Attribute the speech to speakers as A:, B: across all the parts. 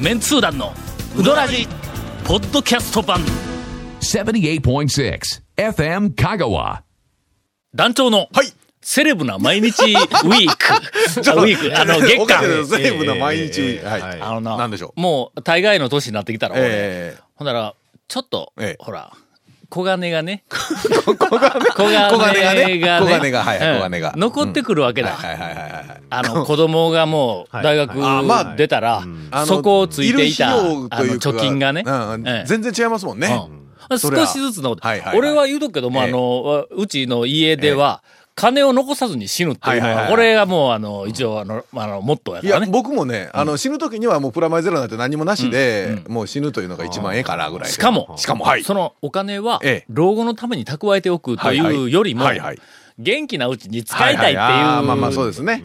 A: メンツー団のウドラジポッドキャスト版
B: 78.6 FM Kagawa.
A: 団長の
C: はい。
A: セレブな毎 日ウィークあウィークあの月
C: おかしいです
A: 間
C: セレブな毎日ウィーク。
D: えー
C: は
D: はい
C: い。
A: あの
C: なんでしょう。
A: もう大概の年になってきたら俺、
C: え
A: ほんならちょっと、
C: ええ
A: ほら小金がね
C: ー、 小金がね。
A: 小金がね
C: 小金がね。小金が、はい。
A: うん
C: 小金が。
A: 残ってくるわけだ、
C: はいはいはいはいはい。
A: あの、子供がもう、
D: はい
A: 大学
C: あまあ
A: 出たら
C: あ、の
A: そこをついていた、あ
C: る費
A: の
C: 用、というか
A: 貯金がね。
C: うん
A: ええ
C: 全然違いますもんね。
A: うん
C: それは
A: 少しずつの
C: はいはいは、い
A: 俺は言うとくけども、あ
C: ええ
A: の、うちの家では、金を残さずに死ぬっていうの
C: はいはい
A: は、
C: はい
A: これがもう、あの、一応、あの、あの、モットー
C: い
A: やか
C: や
A: ら、ね。
C: 僕もね、あの、死ぬ時にはもうプラマイゼロなんて何もなしで、もう死ぬというのが一番ええからぐらいで。
A: しかも、
C: しかも、はい。
A: そのお金は
C: ええ、
A: 老後のために蓄えておくと
C: はい
A: い
C: は
A: う
C: い
A: よりも
C: はいはい、
A: 元気なうちに使いたいっていう、
C: ははあーまあまあそうですね。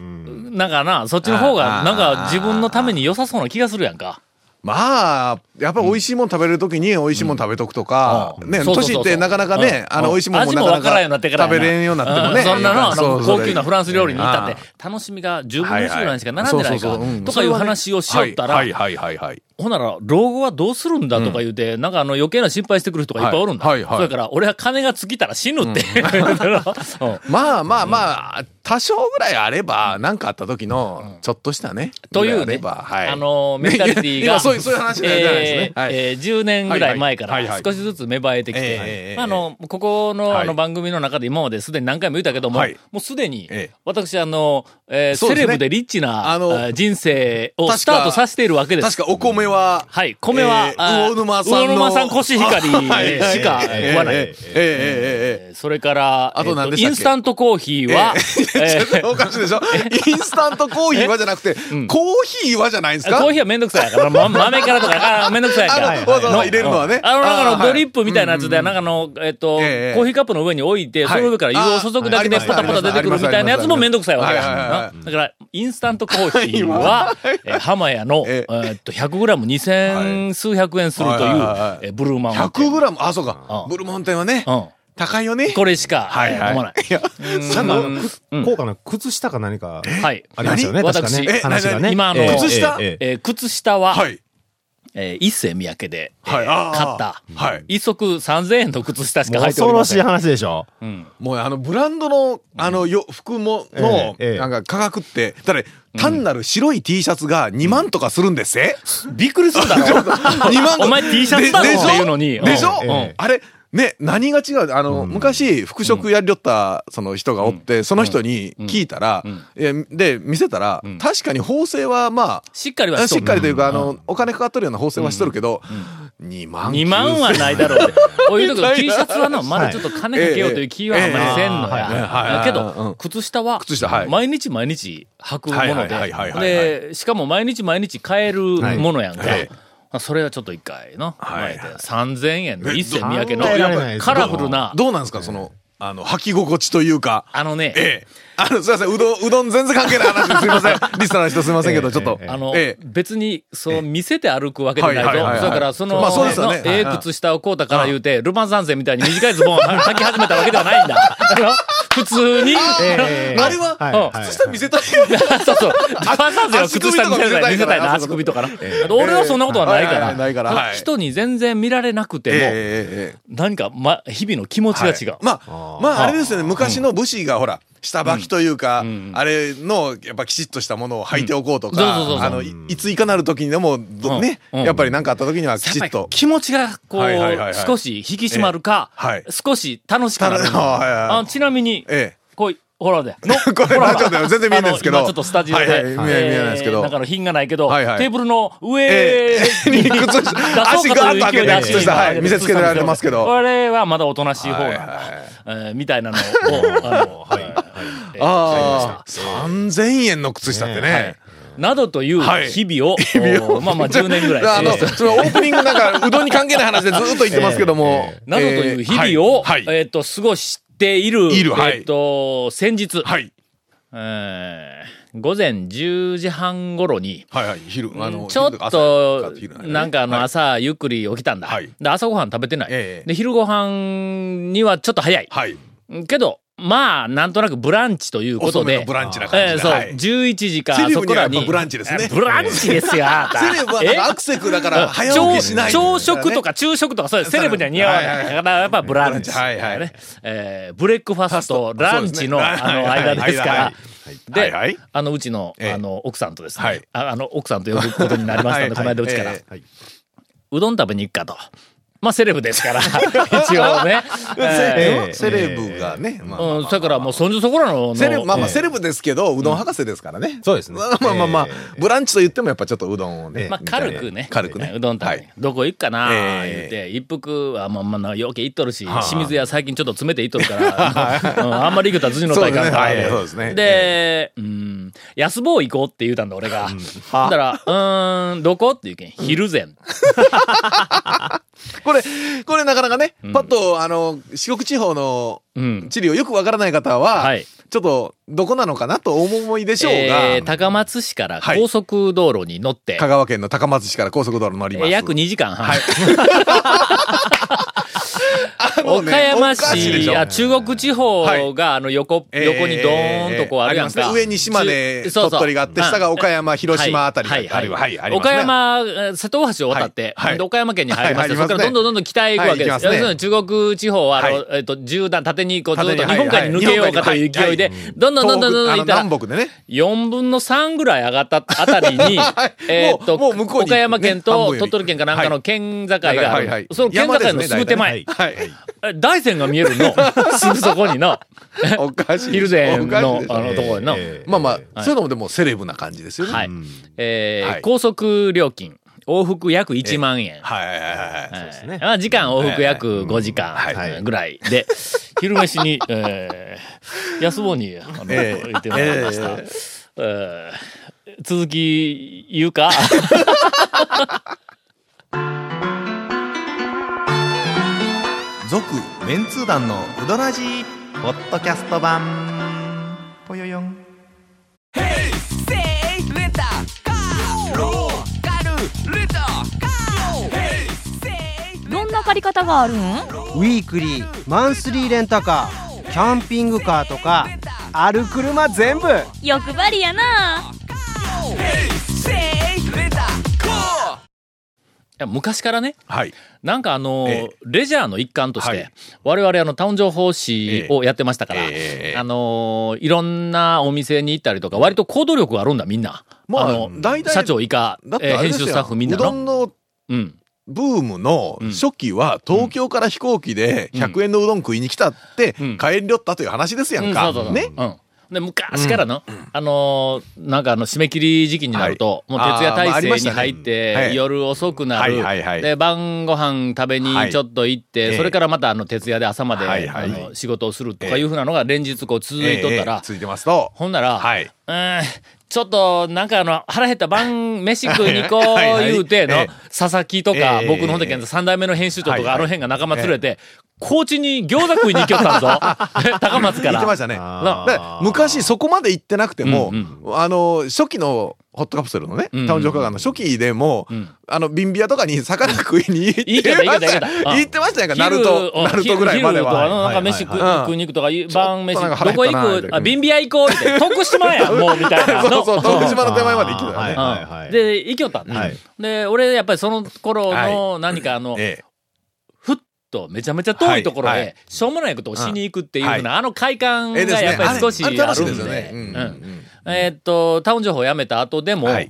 A: なんかな、そっちの方
C: あ
A: が、
C: ー
A: なんか自分のために良さそうな気がするやんか。
C: まあ、やっぱり美味しいもん食べるときに美味しいもん食べとくとか、
A: うん
C: ね、
A: そうそうそう
C: 年ってなかなかね、
A: うん
C: あの、美味しいもんも
A: 味
C: な
A: も
C: か
A: 分
C: な
A: からんようにな
C: か
A: ってからや
C: 食べれんようになっても
A: う
C: ね。
A: んそんなの、あ
C: そ
A: の
C: うそう
A: 高級なフランス料理に行ったって
C: え、
A: 楽しみが10分の1ぐらいしか並んでないか
C: はいはいそうそうそうう
A: ら、
C: ん
A: とかいう話をしよった
C: は
A: ら
C: い、はいはいはいはい。
A: ほんなら、老後はどうするんだとか言うて、なんかあの余計な心配してくる人がいっぱいおるんだ。
C: はいはいはい
A: それから、俺は金が尽きたら死ぬって。 うん
C: まあまあまあ、多少ぐらいあれば、なんかあった時の、ちょっとしたね。
A: という
C: ぐらあれ
A: ね、
C: ばはい。
A: あの、メンタリティー
C: 今
A: が、
C: そういう、そういう話じゃないですね。
A: えー
C: はい
A: えー10年ぐらい前か
C: はいは
A: ら
C: い
A: 少しずつ芽生えてき
C: え
A: て
C: ええ、え
A: まああの、ここの
C: はい
A: あの番組の中で今まですでに何回も言ったけども、
C: はい
A: もうすでに
C: ええ、
A: 私、あの、えー
C: そう
A: セ
C: ですね
A: レブでリッチな
C: あの
A: あー人生を
C: 確か
A: スタートさせているわけです。
C: 確かお米は、
A: はい、米は
C: え、ー
A: あー
C: 魚沼さんの。
A: 魚沼産コシヒカリ
C: はいはい
A: しか食わない。
C: ええええええええ
A: それから、
C: あと何
A: えっ
C: でした
A: イ
C: っけ
A: ンスタントコーヒーは、えー
C: おかしいでしょインスタントコーヒーはじゃ なくて、コーヒーはじゃないんですか
A: コーヒーはめんどくさいから、ま、豆からとか、あめんどくさいから。
C: あの、わざわざ入れるのはね。
A: あの、なんかのドリッ
C: プ。
A: プみたいなやつで、なんかあの、えっと、
C: ええ
A: コーヒーカップの上に置いて、
C: はい
A: その上から湯を注ぐだけで
C: あ
A: ポ
C: あ
A: タポタ出てくるみたいなやつもめんどくさいわけ
C: はいはいはい
A: だ
C: は。
A: だから、インスタントコーヒー は、えー浜屋の、え
C: ええ
A: ーっと、100グラム2000数百円するという
C: はいはいはいはい、
A: えーブルーマウンテン。
C: 100グラム、あ、そうか
A: う。ん
C: ブルモン店はね、
A: う
C: 高いよね
A: ん。。これしか、
C: はい
A: え
C: は
A: ー
C: い。
A: 飲まない。
C: いや、
D: なんか
A: うん
D: く高価な靴下か何か
A: はい。
D: ありましたよね、
A: 何
D: 確かね
C: 私え。
D: 話がね。
A: 何々
D: えー
A: 今あの
C: 靴下
D: えーえ
A: え
D: ー
A: ー靴下は、
C: はい。
A: えー一世三宅で、えー
C: はいあー
A: 買った、
C: はい
A: 一足3000円の靴下しか
D: もう
A: 入ってお
D: 恐
A: り
D: ろ
A: ま
D: し
A: せん。
D: い話でしょ。
C: もうあの、ブランドの、あの、よ、服も、の、
D: ええええ
C: なんか価格って、だって、単なる白い T シャツが2万とかするんですえ
A: びっくりするだろ。
C: 2万
A: お前 T シャツだろっていうのに。
C: でしょ、
D: うんええ
C: あれ、ね、何が違うあの、昔、服飾やりよった、その人がおって、その人に聞いたら、えで、見せたら、確かに縫製は、ま
A: しっかりは
C: あ、
A: と
C: し
A: る
C: っかりというか、あの、お金かかっとるような縫製はしとるけど、2万。
A: 2万はないだろうって。こういうとこ T シャツはな、まだちょっと金かけようという気はあんまりせんの
C: ええええはい
A: や。
C: はい
A: け
C: う
A: ど
C: ん、
A: 靴下は
C: 靴下はい、
A: 毎日毎日履くもの
C: はいはいはいはいはい
A: で、で、しかも毎日毎日買えるものやんか
C: はいええ。
A: まあそれはちょっと一回の、
C: はいはい
A: 3000円の一世三宅
D: 考えられない
A: の
D: です
A: カラフルな、
C: どうなんですか、その、あの、履き心地というか。
A: あのね、
C: ええ。あの、すいません、うどん、うどん全然関係ない話ですいませ ん。リスナーの人すいませんけど、ちょっと。
D: ええ
A: あの、
C: ええ
A: 別に、そう、見せて歩くわけじゃないと。
C: はいはいはいは
A: だ
C: い
A: から、その、
C: まあそうですよ
A: のえ
C: ね
A: え
C: はいはい
A: 靴下をこうたから言うて、ルパン三世みたいに短いズボンを履き始めたわけではないんだ。 あの普通に、
D: えー
C: あれは
A: うん
C: 靴下見せた い。
A: そうそう。ルパン三世は靴下見せたい、見せたいな、足
C: 足
A: 首
C: 首
A: と
C: と
A: か
C: か
A: な
C: な。
A: あと俺はそんなことはないか
C: ええは
A: ら。
C: いはいはいないから
A: その
C: はい
A: 人に全然見られなくて
C: えええええ
A: も、何か、ま、日々の気持ちが違う
C: え。まあ、まあ、あれですよね、昔の武士がほら、下履きというか、あれの、やっぱきちっとしたものを履いておこうと
A: うんそうそうそうそう
C: か、あの、いいついかなる時にでも、
A: うん
C: どね、
A: うん
C: やっぱり何かあった時にはきち
A: や
C: っ
A: っぱり
C: と。
A: 気持ちが、こ
C: はいはいは
A: う、
C: いはい
A: 少し引き締まるか
C: ええはい、
A: 少し楽しくなる
C: ただはいはいはい
A: あの。ちなみに、
C: ええ。
A: こい、ほらで。
C: これ、ちょっと全然見えないですけ
A: あの
C: ど。
A: 今ちょっとスタジオで、
C: はいはい見えない
A: えー
C: 見えないですけど。
A: なんかの品がないけど、
C: はいはい
A: テーブルの上
C: え え
A: に、
C: に靴下足ガーッと開けて靴下はい見せつけられてますけど
A: これはまだおとなしい方なんだ、
C: はいはい
A: えーみたいなのを、あの、えー
C: ああ、3000円の靴下ってね。
A: などという
C: はい
A: 日 々を、おまあまあ10年ぐらい。
C: あ
A: え
C: の、
A: ー
C: そのオープニングなんか、うどんに関係ない話でずっと言ってますけども。
A: などという日々を、
C: えーはいはい
A: えっ、と、過ごしている、
C: いるはい
A: えっ、と、先日、
C: はい。
A: えー午前10時半頃に、
C: はいはい、昼、あの、
A: ちょっ
C: 昼か
A: と
C: 朝昼、
A: なんかあの、
C: はい
A: 朝、ゆっくり起きたんだ。
C: はい
A: で、朝ごはん食べてない。
C: ええ
A: で、昼ごはんにはちょっと早い。
C: はい。
A: けど、まあ、なんとなくブランチということ
C: 遅め
A: で。
C: のブランチな感じで
A: えーそう、
C: はい
A: 11時か、
C: セレ
A: そ
C: ブに
A: こ
C: は
A: ら
C: やっぱ
A: に。
C: ブランチですね
A: えーブランチですよ、あなた
C: セレブはなんかアクセクだから早起きしない、
A: 朝朝食とか昼食とかそうです。セレブには似合わない。だからやっぱブランチ。
C: はいはい
A: ねえーブレックファスト、ランチの
C: そうですね
A: あの間ですか
C: は
A: ら
C: い。はい
A: で
C: はいはい、
A: あの、うちの、
C: ええ
A: あの、奥さんとです
C: は
A: ね
C: い、
A: ああの、奥さんと呼ぶことになりましたので、この間うちから。
C: ええ
A: うどん食べに行くかと。まあ、セレブです から、一応ね。え
D: え
C: セレブがね、まあ
A: ーうん、だからもう、そんじょそこらの、の
C: セレブまあまあ
A: ええ
C: セレブですけどうどん博士ですからね、
D: そうですね
C: まあまあまあまあ、ブランチと言ってもやっぱちょっとうどんをね、
D: ええ
A: まあ、軽くね。
C: 軽くね
A: うどん食べに
C: はい
A: どこ行くかな
C: ええ
A: 言って、一服は、まあまあまあ、余計行っとるし、
D: あ
A: 清水屋最近ちょっと詰めて行っとる から、うんあんまり行くとは辻の
C: そう
A: 体
C: ですね
A: 感か
C: はいそう
A: ら。
C: ですね
A: で、うん、安坊行こうって言うたんだ、俺が。だから、うーん、どこって言うけん、昼前。
C: これこれなかなかね、パッとあの四国地方の
A: うん
C: 地理をよくわからない方は、
A: はい
C: ちょっとどこなのかなとお思いでしょうが、
A: えー高松市から高速道路に乗って、
C: 香川県の高松市から高速道路乗ります。
A: 約2時間半。
C: あのね
A: 岡山
C: おかしいで
A: 市、
C: しょ
A: あ中国地方が、あの横、
C: えー
A: 横にドーンとこうあるやん
C: り
A: か。
C: ますね上に島根、
A: ちそう
C: 鳥
A: そう
C: 取があって、下が岡山、広島あたりがあ
A: は
C: る
A: いはい
C: ははい、あります
A: 岡
C: ね。
A: 山、えー瀬戸大橋を渡って、
C: はいはい
A: で岡山県に入りますよ
C: はい
A: そこ
C: 入
A: からど
C: りますね
A: んどんどんどん北へ行くわけです。
C: はい行きますね
A: 要するに中国地方は、あの
C: はい
A: えっと、縦断、縦にこうずっ
C: 縦
A: と
C: に
A: 日本海に抜けようかという勢いで
C: はいはい、
A: どんどんどんどんどんどん行った
C: 東北あ
A: ら、
C: の南北でね。
A: 4分の3ぐらい上がったあたり に、えーっと、
C: もうもう向こうに
A: 岡山県
C: ね半
A: と
C: 分より
A: 鳥取県かなんかの県境がある。
C: はいはい
A: その県境
C: 山です
A: の
C: ね
A: すぐ手前、
C: はい。
A: え大山が見える の、すぐそこにの、
C: おかしい。
A: 昼前
C: おかしい
A: の
C: でしょ
A: あのところにの。
C: まあまあ、そういうのもでもセレブな感じですよね。
A: はい。えー
C: はい
A: 高速料金、往復約1万円。
C: はいはいはいはい。
A: はい
D: すね
A: まあ時間往復約5時間
C: はい
A: うんぐらいで、昼飯に、えー、安坊に、あの、
C: ええ
A: 行ってもらいました。えー続き言うか
E: 続メンツー団のウドラジーポッドキャスト版ぽよよん
F: どんな借り方があるん
G: ウィークリーマンスリーレンタカーキャンピングカーとかある車全部
F: 欲張りやな
A: や昔からね、
C: はい。
A: なんかあの、
C: ええ
A: レジャーの一環として、
C: はい
A: 我々あの、タウン情報誌をやってましたから、
C: ええ
A: あのいろんなお店に行ったりとか、割と行動力があるんだ、みんな。
C: まあ
A: の
C: 大体
A: 社長以下、
C: だって
A: えー
C: あれ
A: 編
C: です
A: 集
C: よ
A: スタッフみんな
C: うどん
A: の。
C: の
A: うん。
C: ブームの初期は東京から飛行機で100円のうどん食いに来たって
A: うん
C: 帰りよったという話ですやん
A: う
C: か
A: ん、そうそうそう。
C: ね
A: うん。で、昔からの、あのーなんかあの、締め切り時期になると、
C: は
A: も
C: い
A: う徹夜
C: あーまあ
A: 体
C: ありま
A: 制
C: し
A: に
C: たね
A: 入って、
C: はい
A: 夜遅くなる、
C: はいはいはい
A: で、晩ご飯食べに
C: はい
A: ちょっと行って、
C: ええ
A: それからまたあの、徹夜で朝まで、
C: はいはい
A: あの仕事をするとかいうふうなのが連日こう続いとったら、
C: ええついてますと。
A: ほんなら、
C: はい。
A: うーん、ちょっと、なんかあの、腹減った晩飯食いに行こう言うての、
C: はいはいえ
A: 佐々木とか、
C: ええ
A: 僕のほんだけど、三代目の編集長とか、
C: はいはい
A: あの辺が仲間連れて、高知に餃子食いに行きよ ったんぞ。高松か
C: 言
A: ら。
C: ってましたね。
A: な
C: だから昔そこまで行ってなくても、
A: うん
C: あの初期のホットカプセルのね、
A: んうん
C: タウンジョーカガンの初期でも、
A: ん
C: あのビンビアとかに魚食いに行って
A: いいけどいいけ
C: ま
A: どいいけ
C: した
A: ど
C: よ
A: うん
C: 行ってましたやんかナル
A: 昼
C: ト
A: うん
C: ナルトぐらいまで
A: 昼とか
C: は。
A: なんか飯食,、
D: はい
C: はいはい
A: 食いに行くとか、晩飯
C: ちょっとなんか、
A: ど
C: 腹
A: こ
C: 減
A: 行
C: ったな
A: くあ、
C: うん
A: ビンビア行こうって、徳島 やん、もう、みたいな。
C: そうそう
A: の
C: 徳島の手前まで行ってたよね。
D: あーはいはいはい
A: で、行きよったんだ、
D: はい
A: で、俺、やっぱりその頃の何かあの、
C: ええ
A: ふっとめちゃめちゃ遠いところ
C: はいは
A: で、しょうもないことをしに行くっていうふうな、あの快感が
C: ええですね
A: やっぱり少しあ
C: あ
A: るん
C: れあれ楽しいですよ
A: で
C: ねうんうんう
A: うん
C: ん。
A: えーっと、タウン情報やめた後でも
C: はい、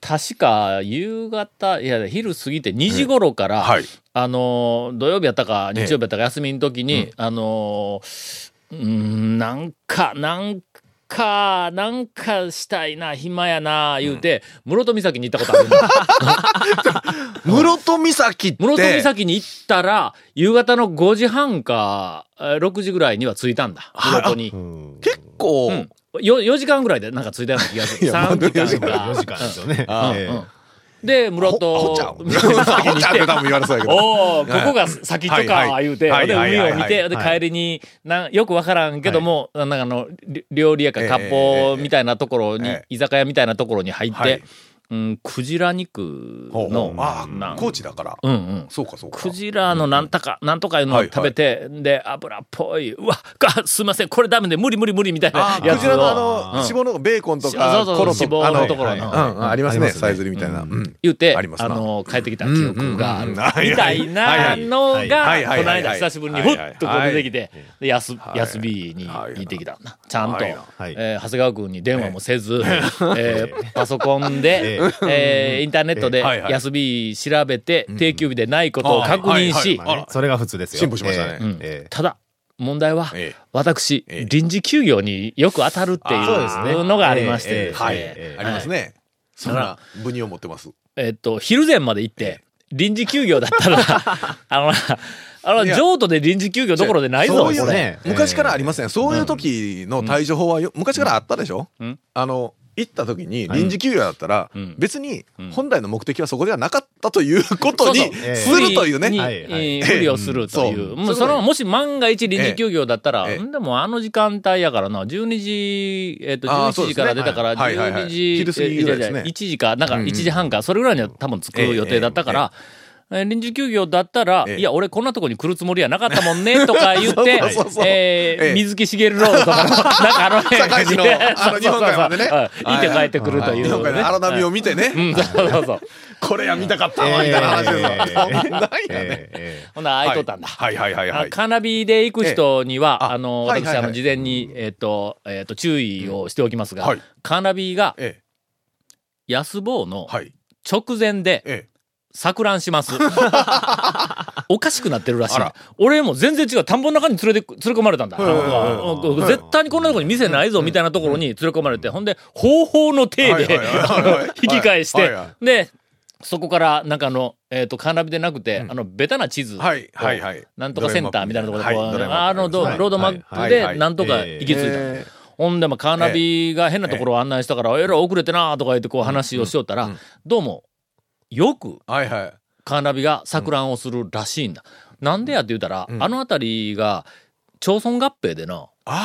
A: 確か夕方、いや、昼過ぎて2時頃から、
C: はい
A: あのー、土曜日やったか、日
C: ええ
A: 曜日やったか、休みの時に、あのー、うーん、なんか、なんか、なんかしたいな、暇やな、言うて、室戸岬に行ったことあるんだ。
C: 室戸岬って
A: 室戸岬に行ったら、夕方の5時半か、えー6時ぐらいには着いたんだ。
C: はい
A: 室戸に。
C: 結構、
A: うん。よ4時間ぐらいでなんか着いたような気がする。
C: いやまあ
A: 3時間
D: 4時
A: か。
D: 間ですよね。
C: あー
D: ええ
A: で、室
C: ほ ほ
A: 戸
C: ちゃん。
A: 室戸岬
C: ほ
A: に
C: ち
A: 行
C: ゃ
A: っ
C: んってて多分言われそうや けど。
A: おお、ここが先と
C: はい
A: か、
C: はい
A: 言うて、
C: はい
A: で、
C: はい
A: 海を見
C: はいは
A: て、
C: い
A: で、帰りに、なんよくわからんけども、なんかあの、り料理屋か、割烹みたいなところに
C: ええ、
A: 居酒屋みたいなところに入っ
C: は
A: て
C: い、
A: うん、クジラ肉
C: ほうほ
A: の
C: う、あ
A: な
C: あ
A: ん
C: 高知だから
A: うんうん。
C: そうかそうか
A: クジラのなんとか、なんとかいうのを食べて、で、油っぽい、うわ、がすいません、これダメで無理無理無理みたいな
C: あー
A: や
C: ク
A: つ
C: ジラのあ
A: を
C: の
A: うん
C: 脂肪のベーコンと
A: そ
C: か
A: うそうそう
C: コロッケ
A: 脂肪の
C: あ
A: ところの
C: はいはいはいうんあります
D: あり
C: ね
D: ますね
C: サイズリみたいなうん
A: 言って、
C: あります
A: あ
C: な
A: の、帰ってきた記憶がある。
C: うん
A: み
C: うんうんはい
A: たいなの
D: はい
A: が
C: は、いはいはいはい
A: この間
C: はい
A: 久しぶりにふっとこう出てきて、で安、
C: い
A: 安 B に行ってきた。ちゃんと、
C: はい
D: はい
A: えー長谷川君に電話もせず、えーパソコンで、えーインターネットで
C: はいはい
A: 安 B 調べて、定休日でないことを確認し
D: ま、あねそれが普通ですよ。
C: 進歩しましたね
D: えー
A: うん
D: え
A: ただ、問題は、
C: ええ
A: 私、
C: ええ
A: 臨時休業によく当たるってい
D: ーそうですね
A: うのがありまして、
D: えーえー
C: はい
D: えー
C: ありますねそん
A: だ
C: な部にを持ってます
A: えっと、昼前まで行って、臨時休業だったら、 あのな、あの
C: い
A: な、
C: や
A: 譲渡で臨時休業どころでないぞ、
C: そ
A: こ
C: ういう
A: れ。
D: ね
C: 昔からありません、そういう時の対処法はよ昔からあったでしょ、
A: うん
C: あの行った時に臨時休業だったら、
A: うん
C: 別に
A: ん
C: 本来の目的はそこではなかったということに
A: そう
D: そう
C: するというね、
A: に
D: はいはい
A: えーふりをするという。
C: そう
A: もうその、もし万が一臨時休業だったら、
C: ええ
A: んでもあの時間帯やからな、12時、えっ、と、
C: あー
A: 11時から出たから、
C: そうですねはいはいは
A: 12
C: い
A: 時、
C: 昼過ぎぐらいですね
A: えーじゃあ1時か、なんか1時半か、それぐらいには多分着く予定だったから、えー臨時休業だったら、
C: ええ
A: いや、俺こんなとこに来るつもりやなかったもん ね、とか言って
C: そうそうそうそう、
A: えー
C: ええ
A: 水木しげるロードと かの、なんかあの辺
C: 社会人のあの日本海まで ね
A: そうそうそううん行って帰ってくるという、ね。
C: 日本海の荒波を見てね、
A: うん、そうそうそう。
C: これや見たかった
D: ー
C: わみたいな話ですよ、
D: えー
C: そんなんや
D: え
C: ね、
D: ーえ
A: ほな、空いとったんだ。
C: はいはいはいはいは
A: あ
C: い
A: カーナビで行く人には、
C: ええあ
A: あの、
C: はい
A: 私、
C: はいはい
A: あの、事前に、えっ、と、えっ、と、注意をしておきますが、
C: うんはい
A: カーナビが、
C: え
A: 安坊の
C: えはい
A: 直前で、
C: え
A: 錯乱し ます。おかしくなってるらしい
C: あら。
A: 俺も全然違う。田んぼの中に連れて、連れ込まれたんだ。
C: ん
A: なんかうん絶対にこんなとこに店ないぞ、みたいなところに連れ込まれて、ほんで、方法の
C: え
A: 体で、 引き返して、
C: はいはいはい
A: で、そこから、なんかあの、えっ、と、カーナビでなくて、あの、ベタな地図を、
C: はいはいはい
A: なんとかセンターみたいなところで、こう、
C: はいドラえもん
A: あの、ど
D: はい
A: ロードマッ
D: は
A: プ
C: は
D: い
C: いは
A: で、
C: い
A: なんとか行き着いた。
C: え
A: ほんで、まあ、カーナビが変なところを案内したから、えらい遅れてなとか言って、こう話をしよったら、どうも、よく
C: ーはいはい
A: カーナビが錯乱をするらしいんだ。なんでやって言うたら、あの辺りが、町村合併でな、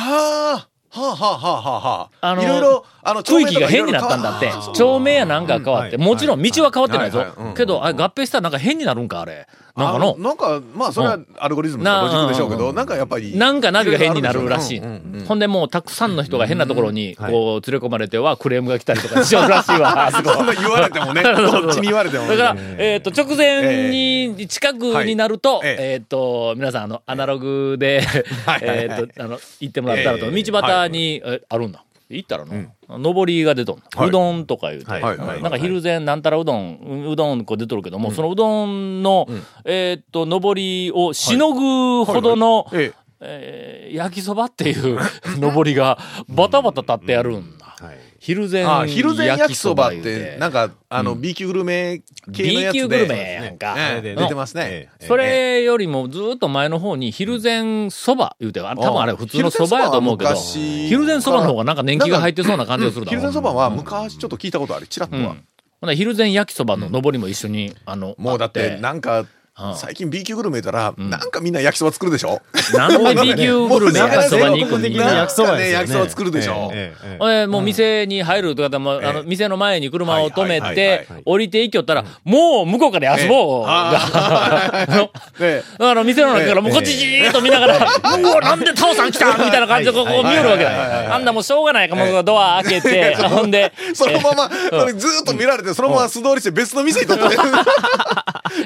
C: ああはあはあはあはあ
A: あの
C: いろいろあの
A: 区域が変になったんだって。町名やなんか変わって、
D: うん
A: もちろん道は変わってない
C: はいはいはい
A: ぞ
C: う。ん
A: けど、あれ合併したらなんか変になるんか、あれ。なんか
C: あ
A: の、
C: なんかまあそれはアルゴリズムとかロジックでしょうけどなんかやっぱり
A: なんかナビが変になるらしい。
C: うんうんうん
A: ほんでもうたくさんの人が変なところに
D: うんはい
A: こう連れ込まれてはクレームが来たりとかしようらしい わ。あそこ
C: そんな言われて もねどっちに言われても
A: だから
C: ね、
A: えっ、と、直前に、近くになると、
C: ええ
A: えっ、と、皆さん、あの、アナログで、
C: はいはいはい
A: えっと、あの、行ってもらったらと、
C: ええ
A: 道端に、えあるんだ。行ったらの、上りが出とんの
C: はいう
A: どんとか言うて、
D: はい
C: はいはい
A: なんか昼前なんたらうどん、ううどんこう出とるけども、そのうどんの、えっ、と、上りをしのぐほどの、
C: はいはいええ
A: えー焼きそばっていう 上りが、バタバタ立ってやるんだ。
D: ーはい
A: 昼前
C: あ昼前焼きそばっ
A: 焼き言う
C: てなんかあの B 級グルメ系の
A: B
C: やつで
A: 級グルメやんか。
C: ええ
D: あれで
A: ね
C: 出てますね
D: えー
A: それよりもずーっと前の方に昼前そば言うて、あ多分あれ普通のそばやと思うけど、昼
C: 昼
A: 前そばの方がなんか年季が入っててそうな感じがするだろ
C: 昼前そばは昔ちょっと聞いたことあるちらっと
A: うん
C: は
A: ほな昼前焼きそばの上りも一緒に、あの、
C: もうだっ
A: あ
C: てなんか
A: うん
C: 最近 B 級グルメ言ったらなんかみんな焼きそば作るでしょ
A: なんで B 級グルメ焼きそばに行く
D: 全
A: ん
D: 国的
A: だ
D: な焼きそば
C: なんか
D: ですよね
C: ね焼きそば作るでしょ
D: えーえーえー
A: えーもう店に入るとかでも、あの、店の前に車を止め
C: はいはいはい
A: て
C: は、
A: 降りていきよったら、もう向こうから遊ぼうが、 あ の
C: で
A: だから店の中からもうこっちじーっと見ながら、 うわ、なんでタオさん来たみたいな感じでこうこう見よるわけ
C: はいはいはいはい
A: だ。あんなもうしょうがないから、もうドア開けて、ほんで、
C: そのまま、それずーっと見られて、そのまま素通りして別の店に とって。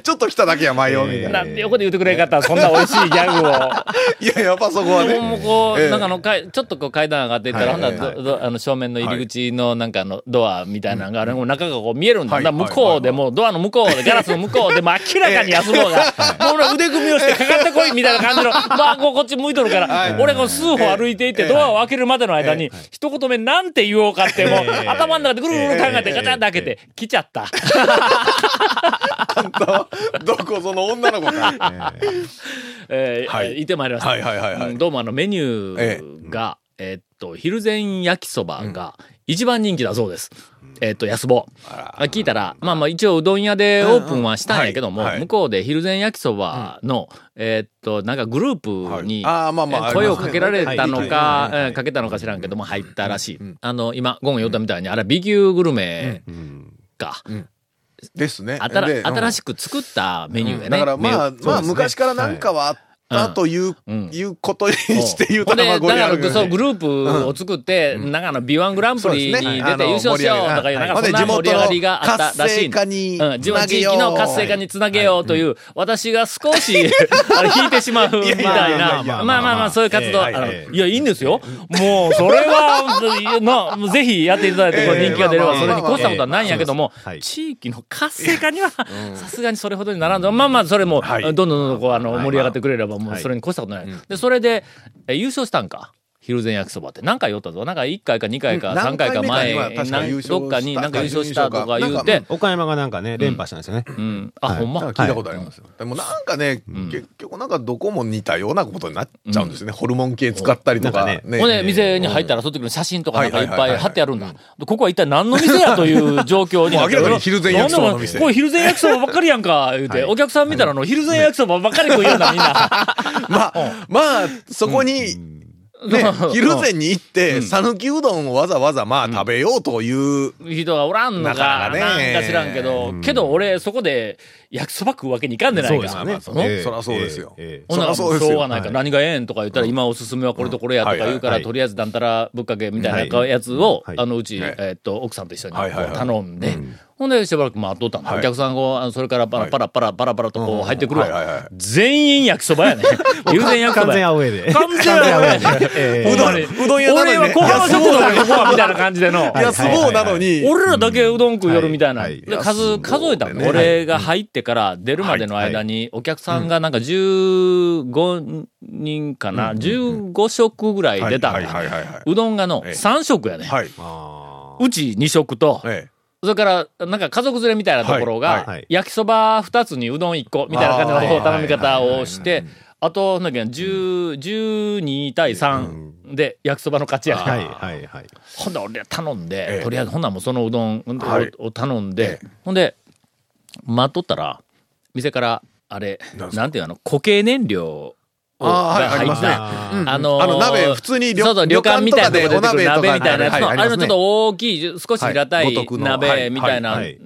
C: ちょっと来ただけや、迷うみたいな。
A: なんで横で言ってくれんかったら、そんな美味しいギャグを。
C: いや、やっぱそこは
A: もうもうこ
C: ね。え
A: う、
C: え
A: なんかあのかい、ちょっとこう階段上がっていったら、ほ
C: はい
A: んな
C: は
A: ら
C: い
A: どどあの正面の入り口のなんかあのドアみたいなのがあれ、もう中がこう見えるんだ。
C: はい
A: だから向こうで
C: はい
A: もうドアの向こうで、ガラスの向こうで もう明らかに安坊が、もう俺は腕組みをしてかかってこいみたいな 感じの、まあこうこっち向いとるから、俺がこう数歩歩いていってドアを開けるまでの間に、一言目なんて言おうかって、もう頭の中でぐるぐる考えてガチャンと開けて、来ちゃった。
C: どこその女の子 か。
A: えー
C: はい
A: いてまいりました。
C: はいはいはいはい
A: うんどうもあのメニューが、えーっと、昼前焼きそばが一番人気だそうです。えーっと、安坊。聞いたら、まあまあ一応うどん屋でオープンはしたんやけども、
C: うんうんはいはい
A: 向こうで昼前焼きそばの、えーっと、なんかグループに、
C: はいあーまあまあ
A: えー声をかけられたの
D: は
A: か
D: いはいはいは、い
A: うんかけたのか知らんけども、入ったらしい。あの、今、ゴン言ったみたいに、あれ B 級グルメ
D: うん
H: か。
C: ですね。
H: あたら
C: でうん
H: 新しく作ったメニューやね。
C: だからまあ、
H: メニュー
C: ま
H: そうです
C: あ
H: ね
C: 昔からなんかはあったという、
H: うん
C: いうことにして言うた
H: ほんで
C: ら
H: だ
C: まあ語
H: か
C: 弊あるけ
H: ら
C: ど
H: そう
C: ね
H: グループを作って、なんかあの B1 グランプリに出て優勝しようとかいう、なんかそんな盛り上がりがあったらしい。
C: まあね地元
H: う
C: の
H: ん、
C: 活性
H: 地元地域の活性
C: 化に
H: 化につなげようという、私が少し、あれ、引いてしまうみたいな、
D: いやいやいやい
H: ま
D: や
H: あまあまあ、そういう活動、
D: え
H: あ
D: え
H: の
D: ええ
A: いや、いいんですよ。もう、それは、な、ぜひやっていただいて、これ人気が出れば、
D: ええ
H: それに越したことはないんやけども
D: まあまあまあまあはい、
H: 地域の活性化には、さすがにそれほどにならんと、まあまあ、それも、
C: はい
H: どんどんどんどんこう、あの、盛り上がってくれれば、もうそれに越したことない。で、それで、え優勝したんか。昼前焼きそばって何回言ったぞ。なんか1回か2回か
C: うん
H: 3回か前、
C: 何回目かには確か
H: 何
C: 優勝した
H: どっかになんか優勝したとか言う
C: なん
H: て
C: か、
D: 岡山がなんかね、連覇したんですよね。
H: うん、あ、
D: はい
H: ほんま。
C: なんか聞いたことありますよ。でもなんかね、結局なんかどこも似たようなことになっちゃうんですね。ホルモン系使ったりとか
D: なん
C: ね。
D: か
H: ほんで、店に入ったら、その時の写真とかなんかいっ
C: はい
H: ぱ
C: はいはいい
H: 貼ってあるんだ。でここは一体何の店やという状況になってる。
C: もう明らかに昼前焼きそばの店
A: これ昼前焼きそばばっかりやんか、言うて、お客さん見たらあの、昼前焼きそばばっかり食いよんだ、みんな。
C: まあ、まあ、そこに、 ね、昼前に行って、讃岐うどんをわざわざまあ食べようという、
A: 人がおらんの
C: なかな
A: か、
C: かね
A: なんか知らんけど、けど俺、そこで焼きそば食うわけにいかんでないか。
D: そうですよ
A: うん
D: ね。ええ
C: そらそうですよ
D: えええ
A: ほんなら、
C: そ
A: そ
C: らそう
A: う
C: ですよ
A: がないか、何がええんとか言ったら、今おすすめはこれとこれやとか言うか
D: うんは
A: ら、
D: いはい
A: とりあえずだんたらぶっかけみたいなやつを、
D: はい
A: あの、うち、
C: はい
A: えっと、奥さんと一緒にこ
C: は
A: う
C: いはいはい
A: 頼んで、ほんで、しばらく待っとったの。
C: はい
A: お客さんが、あのそれからパラパラパラパラパラとこう入ってくる
C: はいはいは
A: わ
C: い。
A: 全員焼きそばやね。友全焼きそ
D: 完
A: ば
D: 全
A: や。
D: アウェーで。
A: 完全アウェーやね。
D: ええ
A: ほんまに
C: うどん屋なのにね
A: 俺は小浜食堂やここはみたいな感じでの。
C: 安坊なのに、
A: 俺らだけうどん食う夜みたいな。
D: はい
A: で数、数えたの、俺が入ってから出るまでの間に、お客さんがなんか15人かな、15食ぐらい出たの
C: はいはいはいはいう
A: どんがの
C: ええ
A: 3食やね。
C: はい。
D: あ
A: うち2食と、
C: え
A: それから、なんか家族連れみたいなところ
C: はい
D: は
A: が
D: い、
A: 焼きそば2つにうどん1個みたいな感じのこう
D: あー
A: 頼み方をして、あと、なんだっけ10 12対3で焼きそばの勝ちや
D: あ
A: から。
D: はいはいはい。
A: ほんで俺頼んで、
C: ええ
A: とりあえずほんならもうそのうどんを,、
C: はい
A: を頼んで、ほんで待っとったら店からあれ
C: な
A: なんん
C: すか
A: ていうの固形燃料を
C: あー
A: が
C: はいあ
A: 入
C: りま
A: っ
C: す
A: て
C: ね
A: あ
D: うん
A: の
C: あの鍋普通に旅
A: そうそう
C: 旅
A: 旅
C: 館
A: 館みたいなとこで出てくる
C: とかでお鍋とか
A: 鍋みたいなやつ
C: はい
A: の、
C: はい
A: あ
C: あ
A: れの
C: ります
A: ちょ
C: ね
A: っと大きい少し平た
C: はい
A: い
C: 五徳のはい
A: 鍋みたいな
D: はい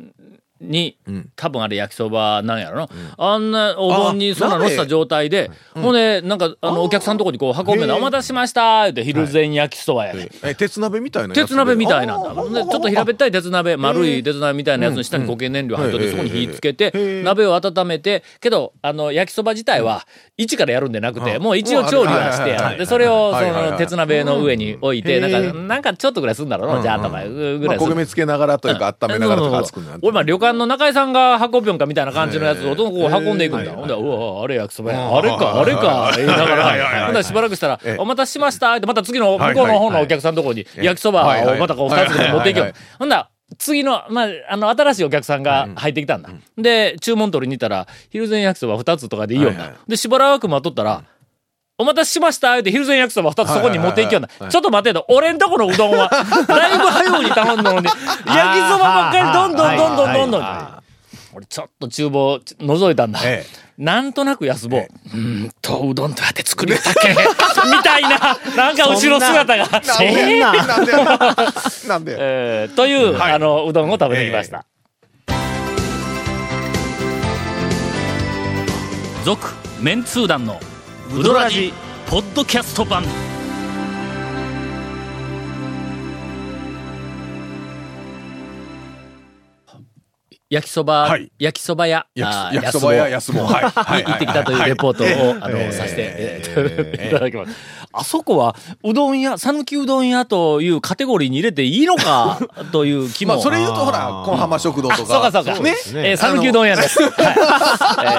A: に
C: ん
A: 多分あれ焼きそばなんやろな、あんなお盆にそんなのした状態で、ほんでなんかあのお客さんのとこにこう運んでんの「お待たせしました」って昼前焼きそばやね、
C: え、鉄鍋みたいなやつで。
A: 鉄鍋みたいなんだ。ほんでちょっと平べったい鉄鍋、丸い鉄鍋みたいなやつの下に固形燃料入っとっ
C: うん
A: て、そこに火つけて、鍋を温めて、けど、あの、焼きそば自体は、一からやるんでなくて、もう一応調理はして
C: はいはい
A: や
C: は
A: る。
C: い
A: で、それを、
C: は
A: そ
C: いはいはい
A: の、鉄鍋の上に置いて、なんか、なんかちょっとぐらいすんだろうな、じゃあ、とか、ぐら
C: まあ
A: いす
C: 焦げ
A: る。
C: 目つけながらというか温めながらとか熱くなる。
A: 俺、まあ、旅館の中井さんが運ぶんかみたいな感じのやつを、どんどんこう運んでいくんだ。ほんで、うわ、あれ焼きそばや。あれか、あれか、言いなが
C: はいはいはいはい
A: ら、ほんでしばらくしたら
C: ええ、
A: お待たせしました、ってまた次の、向こうの方のお客さんのところに、焼きそばをまたこう二つぐらい持っていけよ
C: はいはいはいはい。
A: ほんなら次の、まあ、あの、新しいお客さんが入ってきたんだ。で、注文取りに行ったら、昼前焼きそば二つとかでいいよな。
C: はいは
A: で、しばらく待っとったら、お待たせしましたって昼前焼きそば二つそこに持っていきような。
C: はいはいはいはい
A: ちょっと待てと、俺んとこのうどんは、だいぶ早うに頼んだのに、焼きそばばっかりどんどんどんどんどんどん。俺ちょっと厨房ち覗いたんだ。
C: え
A: なんとなく安坊、うーんと、うどんとあって作りたけ、みたいな、なんか後ろ姿が、えー
C: なんでなんで
A: えーという、
C: はい
A: あの、うどんを食べてきました。続、メンツー団の、ウドラジ、ポッドキャスト版。焼きそば、
C: はい
A: 焼きそば屋、
C: 焼き
A: あー
C: 焼きそばや
A: 安
C: 安坊。はい。はい
A: 行ってきたというレポートを、あの、
D: ええ
A: させて、
D: ええ
A: ええいただきます。あそこは、うどん屋、讃岐うどん屋というカテゴリーに入れていいの か、という気
C: まあ、
A: も。
C: それ言うと、ほら、小浜食堂とか。
A: あ、そうかそうか。
D: うで
A: ね。
D: すね
A: えー、讃岐うどん屋です。はい。え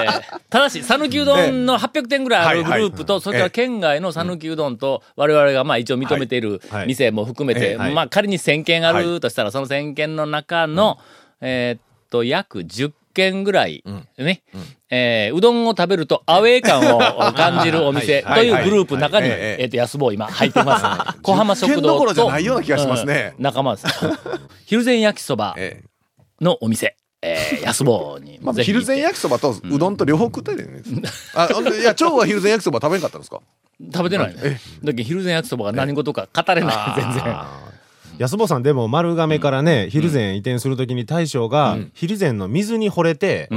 A: ーただし、讃岐うどんの800店ぐらいあるグループと、それから県外の讃岐うどんと、我々がまあ一応認めている
D: はい
A: 店も含めて、
D: はい
A: まあ仮に1000件あるとしたら、その1000件の中の、えーっと、約10件ぐらい、ね、えーうどんを食べるとアウェー感を感じるお店
D: はい
A: というグループの中に、
C: はいはいはい
A: えーっと、安坊今入ってます。小浜食
C: 10件ど
A: 堂
C: ころ
A: と。
C: じゃないような気がしますね
A: うん仲間です。 昼前焼きそば。
C: ええ
A: のお店、え ー、安坊に。
C: まあ、
A: ぜひ行っ
C: 昼
A: て
C: 前焼きそばとうどんと両方食ってるね。あ、ほんでいや、蝶は昼前焼きそば食べんかったんですか
A: 食べてないね。だけど昼前焼きそばが何事か語れない、全然。
D: 安坊さんでも丸亀からね、蒜山移転するときに大将が、蒜山の水に惚れて、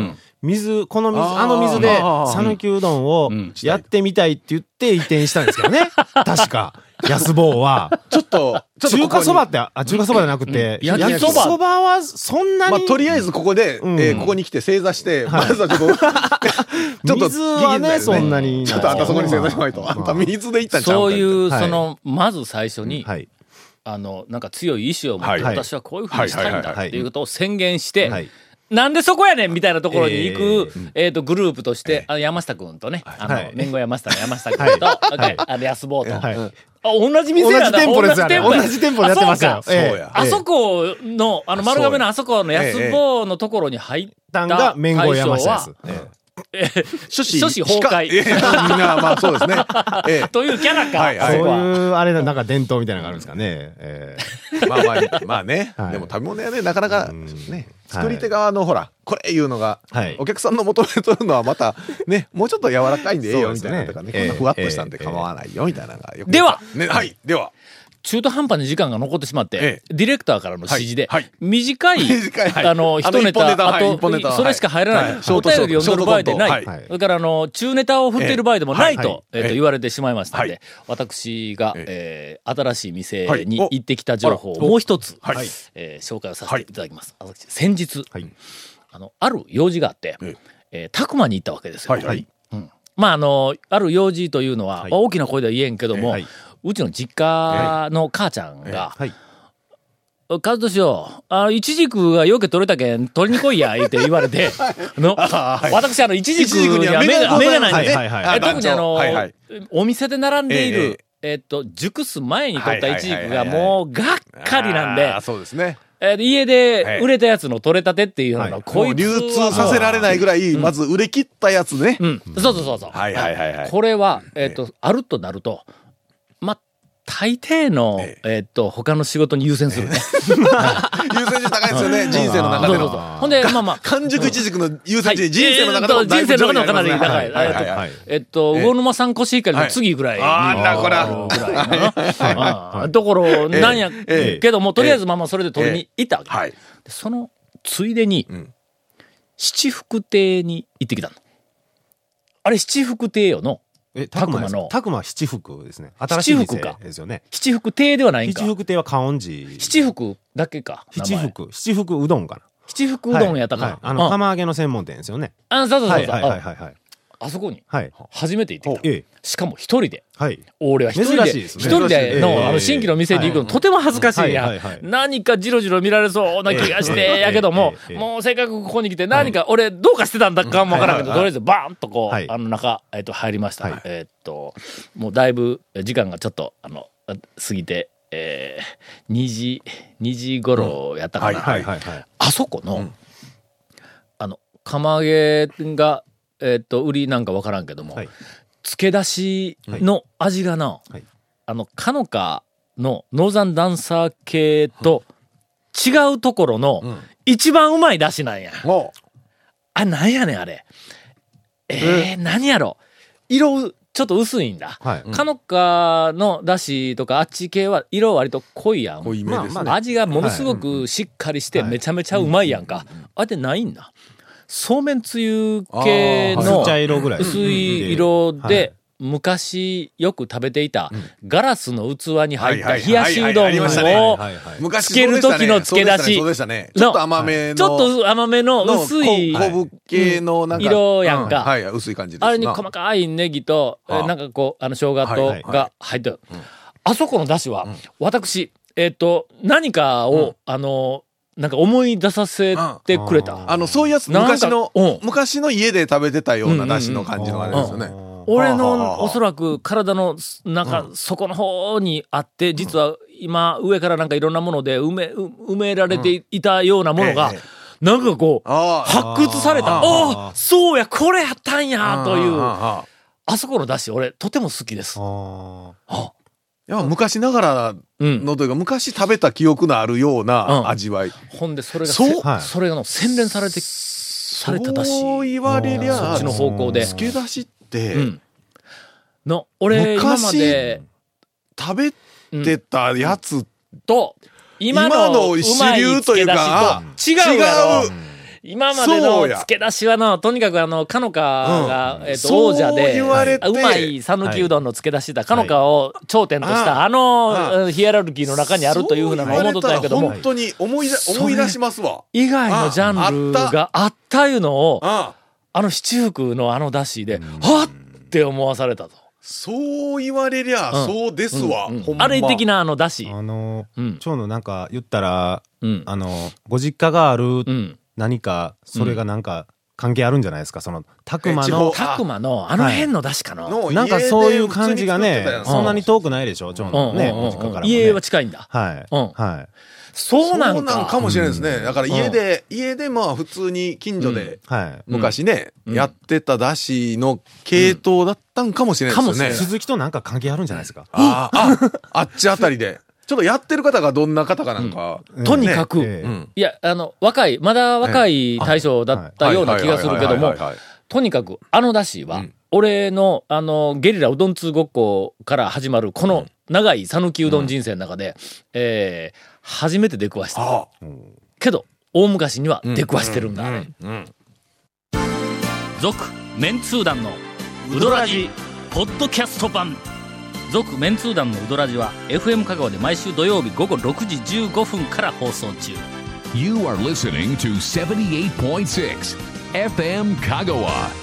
D: 水、この水、
C: あー
D: あの水で
C: あ、ー
D: 讃岐うどんを
A: ん
D: やってみたいって言って移転したんですけど ね。確か、安坊は。
C: ちょっと、ちょっとここに
D: 中華そばって、あ、中華そばじゃなくて、
A: うん焼
D: 焼
A: きそば
D: きそばはそんな
C: まあ、
D: に。
C: とりあえずここで、
D: うん
C: えーここに来て正座して、
D: はい
C: まずはちょっと、ちょっと、
D: 水はね
C: ギリギリだよ
D: そんなに
C: ちょっとあんたそこに正座しまいと。あんた水で行ったんちゃう
A: そうい
C: み
A: う、
D: はい
A: その、まず最初に、
D: はい。
A: あの、なんか強い意志を持っ
C: は
A: て、
C: い
A: 私はこういうふうにしたいんだ
D: はいはいはい
A: っていうことを宣言して、
D: はい。
A: なんでそこやねんみたいなところに行
D: え
A: く、えっ、と、グループとして、あの、山下くんとね、あの、
D: はい
A: めんご山下の山下くんと、
D: は
A: はいあの、安坊と、
D: はい。
A: あ、同じ店やな
D: 同じ店舗ですよね
A: や
D: 同じ店舗でやってましたよ
A: あ
C: たいなそうや。
A: あそこの、あの、丸亀のあそこの安坊のところに入った
D: 団が麺後山下です。
C: 諸子
A: 諸 子崩壊
C: 非かえーみんな、まあそうですね。え え
A: というキャラか。
C: はい
D: そ
C: は
D: う
C: い
D: いう、あれだ、なんか伝統みたいなのがあるんですかね。え
C: まあまあ、まあね、
D: はい
C: でも食べ物屋ね、なかなか、
D: うん
C: ね、
D: はい
C: 作り手側のほら、これ言うのが、
D: はい
C: お客さんの求めとるのはまた、ね、もうちょっと柔らかいんでええよ、
D: そ
C: みた
D: うですね
C: いなとかね、
D: ええ
C: こんなふわっとしたんで
D: ええ
C: 構わないよ、みたいなのがよく
A: では
C: ね、はい、では、
A: 中途半端に時間が残ってしまって、
C: え
A: ディレクターからの指示で、
C: はいはい
A: 短い、
C: 短いはい
A: あの、
C: あ
A: 一
C: の
A: ネ
C: 一本ネ
A: タ、
C: タ
A: あ
C: はい
A: と
C: 一本ネタ、
A: それしか入らない。
C: はいショー
A: お
C: ト
A: 便りを読んでる場合でない。
C: ショートコントはい
A: それから、あの、中ネタを振っている場合でもない
D: はい
A: と、えっ、と、
C: ええ
A: 言われてしまいましたので、
C: はい
A: 私が、えー新しい店に
C: はいお
A: 行ってきた情報をもう一つ、
C: はい
A: えー紹介をさせていただきます。あの先日、あの、ある用事があって
C: ええ、
A: えー、たくまに行ったわけですよ。
C: はい、はい、
A: まあ、あの、ある用事というのは、
D: はい
A: まあ大きな声では言えんけども、
D: えはい、
A: うちの実家の母ちゃんが、
D: はい。
A: カズトシよ、あの、イチジクがよけ取れたけん、取りに来いや、言って言われて、の、私、あの、イチジクには目が、目がないんですね。
D: はいはい
A: え特にあの、
C: はいはい
A: お店で並んでい
C: え
A: る、えっと、熟す前に取ったイチジクが
C: はいはいはいはいはい
A: もう、がっかりなんで
C: あー、そうですね。
A: えー家
C: は
A: で
C: い
A: 売れたやつの取れたてっていうの
D: は
A: が、
D: い
A: こい
C: も
A: うつは
C: 流通させられないぐらい、まず売れ切ったやつね。
A: うん。そうそうそうそう。
C: はいはいはいはい。
A: これは、えっ、と、あるとなると、まあ、大抵の、え
C: え
A: っ、と、他の仕事に優先するね。
C: 優先順位高いですよね、人生の中
A: そうそ
C: で
A: う
C: の。
A: そう。ほんで、まあまあ、
C: 完熟一軸の優
A: は
C: 先
A: い
C: 順位、人生の中でもだいぶ
A: えーっと人生の中でもかなり
C: 上位に
A: 高
C: あ
A: い
C: りますねはいはいはい。
A: えっと、魚沼産コシヒカリの次ぐらいに。
C: ああ、な、こら。
A: ぐらいかなあーところなんや
C: ええ
A: けども、とりあえずまあまあそれで取りに行ったわけ。
C: はい。
A: でそのついでに、
C: うん
A: 七福亭に行ってきたの。あれ七福亭よの、
D: え、
A: た
D: た
A: く
D: く
A: ま
D: ま
A: の
D: の。たくま七福ですね。新しい
A: 七
D: 店
A: 福か
D: ですよね。
A: 七福亭ではないんか
D: 七。福亭は観音寺。
A: 七福だけか。名前
D: 七福。七福うどんか
A: 七福
D: な。
A: うどんやった
D: はいは
A: か
D: い。あ
A: う
D: の、
A: ん
D: 釜揚げの専門店ですよね。
A: あ、そうそう
D: は
A: そう
D: い
A: そう
D: はいはいはいはい。
A: ああそこに
D: はい。
A: 初めて行ってきた。
D: ええ。
A: しかも一人で。
D: はい。
A: 俺は一人
D: 珍
A: で、
D: しいで
A: 一
D: すね
A: 人で
D: 珍しいえ
A: の、
D: え
A: あの、新規の店に行くのとても恥ずかしいや
D: はいはいはい
A: ん。何かじろじろ見られそうな気がし
D: ええ
A: て、
D: ええ
A: やけども
D: え、え
A: もうせっかくここに来て何か俺どうかしてたんだかもわからんけど、とりあえずバーンとこ、
D: はいう
A: あの中、えっと、入りまし
D: は
A: た
D: い。
A: えっと、もうだいぶ時間がちょっと、あの、過ぎて、えー、2時、2時頃やったか
D: はい
A: な。
D: はいはいはい。
A: あそこの、あの、釜揚げが、えっと、売りなんかわからんけども、
D: はい
A: 漬け出しの味がな、
D: はい
A: あの、かのかのノーザンダンサー系と違うところの一番うまい出汁なんや。
C: も
A: あ、なんやねん、あれ。えー、何やろ。色、ちょっと薄いんだ。
D: はい。
A: かのかの出汁とかあっち系は色割と濃いやん。
C: う、濃いめですね。
A: 味がものすごくしっかりして
D: はい
A: めちゃめちゃうまいやんか。あれないんだ。そうめんつゆ系
C: あー
A: の
D: 薄茶色ぐらい。
A: 薄い色
D: うんうんうんはい
A: で、昔よく食べていたガラスの器に入った
C: はいはいはいはい
A: 冷やしうど
C: ありましたね
A: んを、
D: はいはい。
C: 昔
A: つける時のつけ出し
C: そうでしたね。そう
A: の
C: でしたねちょっと甘めの。
A: ちょっと甘めの
C: の
A: 薄い、
C: こ昆布系のなんか。
A: うん色やんか
C: うはい、薄い感じですな。
A: あれに細かいネギと、え
C: はあ
A: ーなんかこう、あの、生姜
C: はい
A: と
D: は
A: が入ってる。あそこの出汁は、私、えっ、と、何かを、あの、なんか思い出させてくれた。
C: あの、そういうやつ、
A: なんか
C: 昔の
A: うん、
C: 昔の家で食べてたような出汁の感じのあれですよ
D: あ
C: ね。
D: ー
A: 俺
C: はあはあは
A: の
C: あ
A: おそらく体の中、底の方にあって、実は今上からなんかいろんなもので埋め、う埋められていたようなものが
C: ええ、
A: なんかこう、
C: ああ。
A: 発掘された。
D: あ
A: お
D: あ
A: おそうや、これやったんやとい
C: あ
A: う、
C: あああ
A: あそこの出汁俺とても好きです。
D: あ
C: やっぱ昔ながら
A: うん。
C: のというか、昔食べた記憶のあるよう
A: うん
C: な味わい。
A: ほんで、それがせ、
C: そう
D: はい
A: それがの洗練されて、された出
C: そう
A: 汁。
C: 言われりゃ、
A: そっちの方向で。
C: つけ出しっ
A: う
C: て、
A: ん。の、俺、今ま
C: 昔
A: で、
C: 食べてたやつ
A: と、今
C: 今
A: の
C: の
A: う
C: 主
A: まい
C: 流と
A: 付
C: い
A: け出
C: う
A: し
C: か
A: と違うやろ
C: 違う
A: 今まで
C: そ
A: の
C: うや
A: 付け出しはの、とにかくあの、かのかが、えっと、王者
C: そう
A: で、
C: 言われて
A: あうまい讃岐うどんの付け出しだ、かのかを頂点とした、
C: ああ
A: あの、ヒエラルキーの中にあるというふうなのを思っとったんやけど
C: そう言
A: も
C: われ、たら本当に思い出思い出しますわ。
A: 以外のジャンルがあったいうのを、
C: ああ
A: あの七福のあの出汁で、はっって思わされたと。
C: そう言われりゃ、
A: うん
C: そうですわ。
A: うん
C: ほんま
A: あれ的なあの出汁。
D: あの
A: うん
D: ー、蝶のなんか言ったら、
A: うん。
D: あのー、ご実家がある
A: うん。
D: 何か、それがなんか関係あるんじゃないですか、その、たくま
C: え地
D: の
C: 方、
A: たくまのあの辺の出汁かの。
C: の
D: なんかそういう感じが
C: 家で
D: ね
C: 普通に作ってたや、ん
D: そんなに遠くないでしょ、蝶
A: うん
D: の
A: うん
D: ね、
A: う
D: ご実家
A: んう
D: から
A: ん。
D: もね。
A: 家は近いんだ。
D: はい。
A: うん
D: はい。
A: そうなん
C: そうなんか
A: か。
C: もしれないですね。だから
A: う
C: 家
A: ん
C: で、家でまあ普通に近所で
D: はい。
C: 昔ね、やってただしの系統だったんかもしれないですよね。
D: 鈴木となんか関係あるんじゃないですか。
C: ああ、ああっちあたりで。ちょっとやってる方がどんな方かなんか。
A: とにかく、
D: ええ
C: うん
A: いや、あの、若い、まだ若い大将だったような気がするけども
C: はいはいはいはい、はい
A: とにかく、あの出汁は、
C: うん
A: 俺の、あの、ゲリラうどん通ごっこから始まる、この長い讃岐うどん人生の中で、えー初めて出くわした。
C: ああ
A: けど、大昔には出くわしてるんだ。
H: 続メンツー団のウドラジポッドキャスト版続メンツー団のウドラジは FM 香川で毎週土曜日午後6時15分から放送中
B: You are listening to 78.6 FM Kagawa.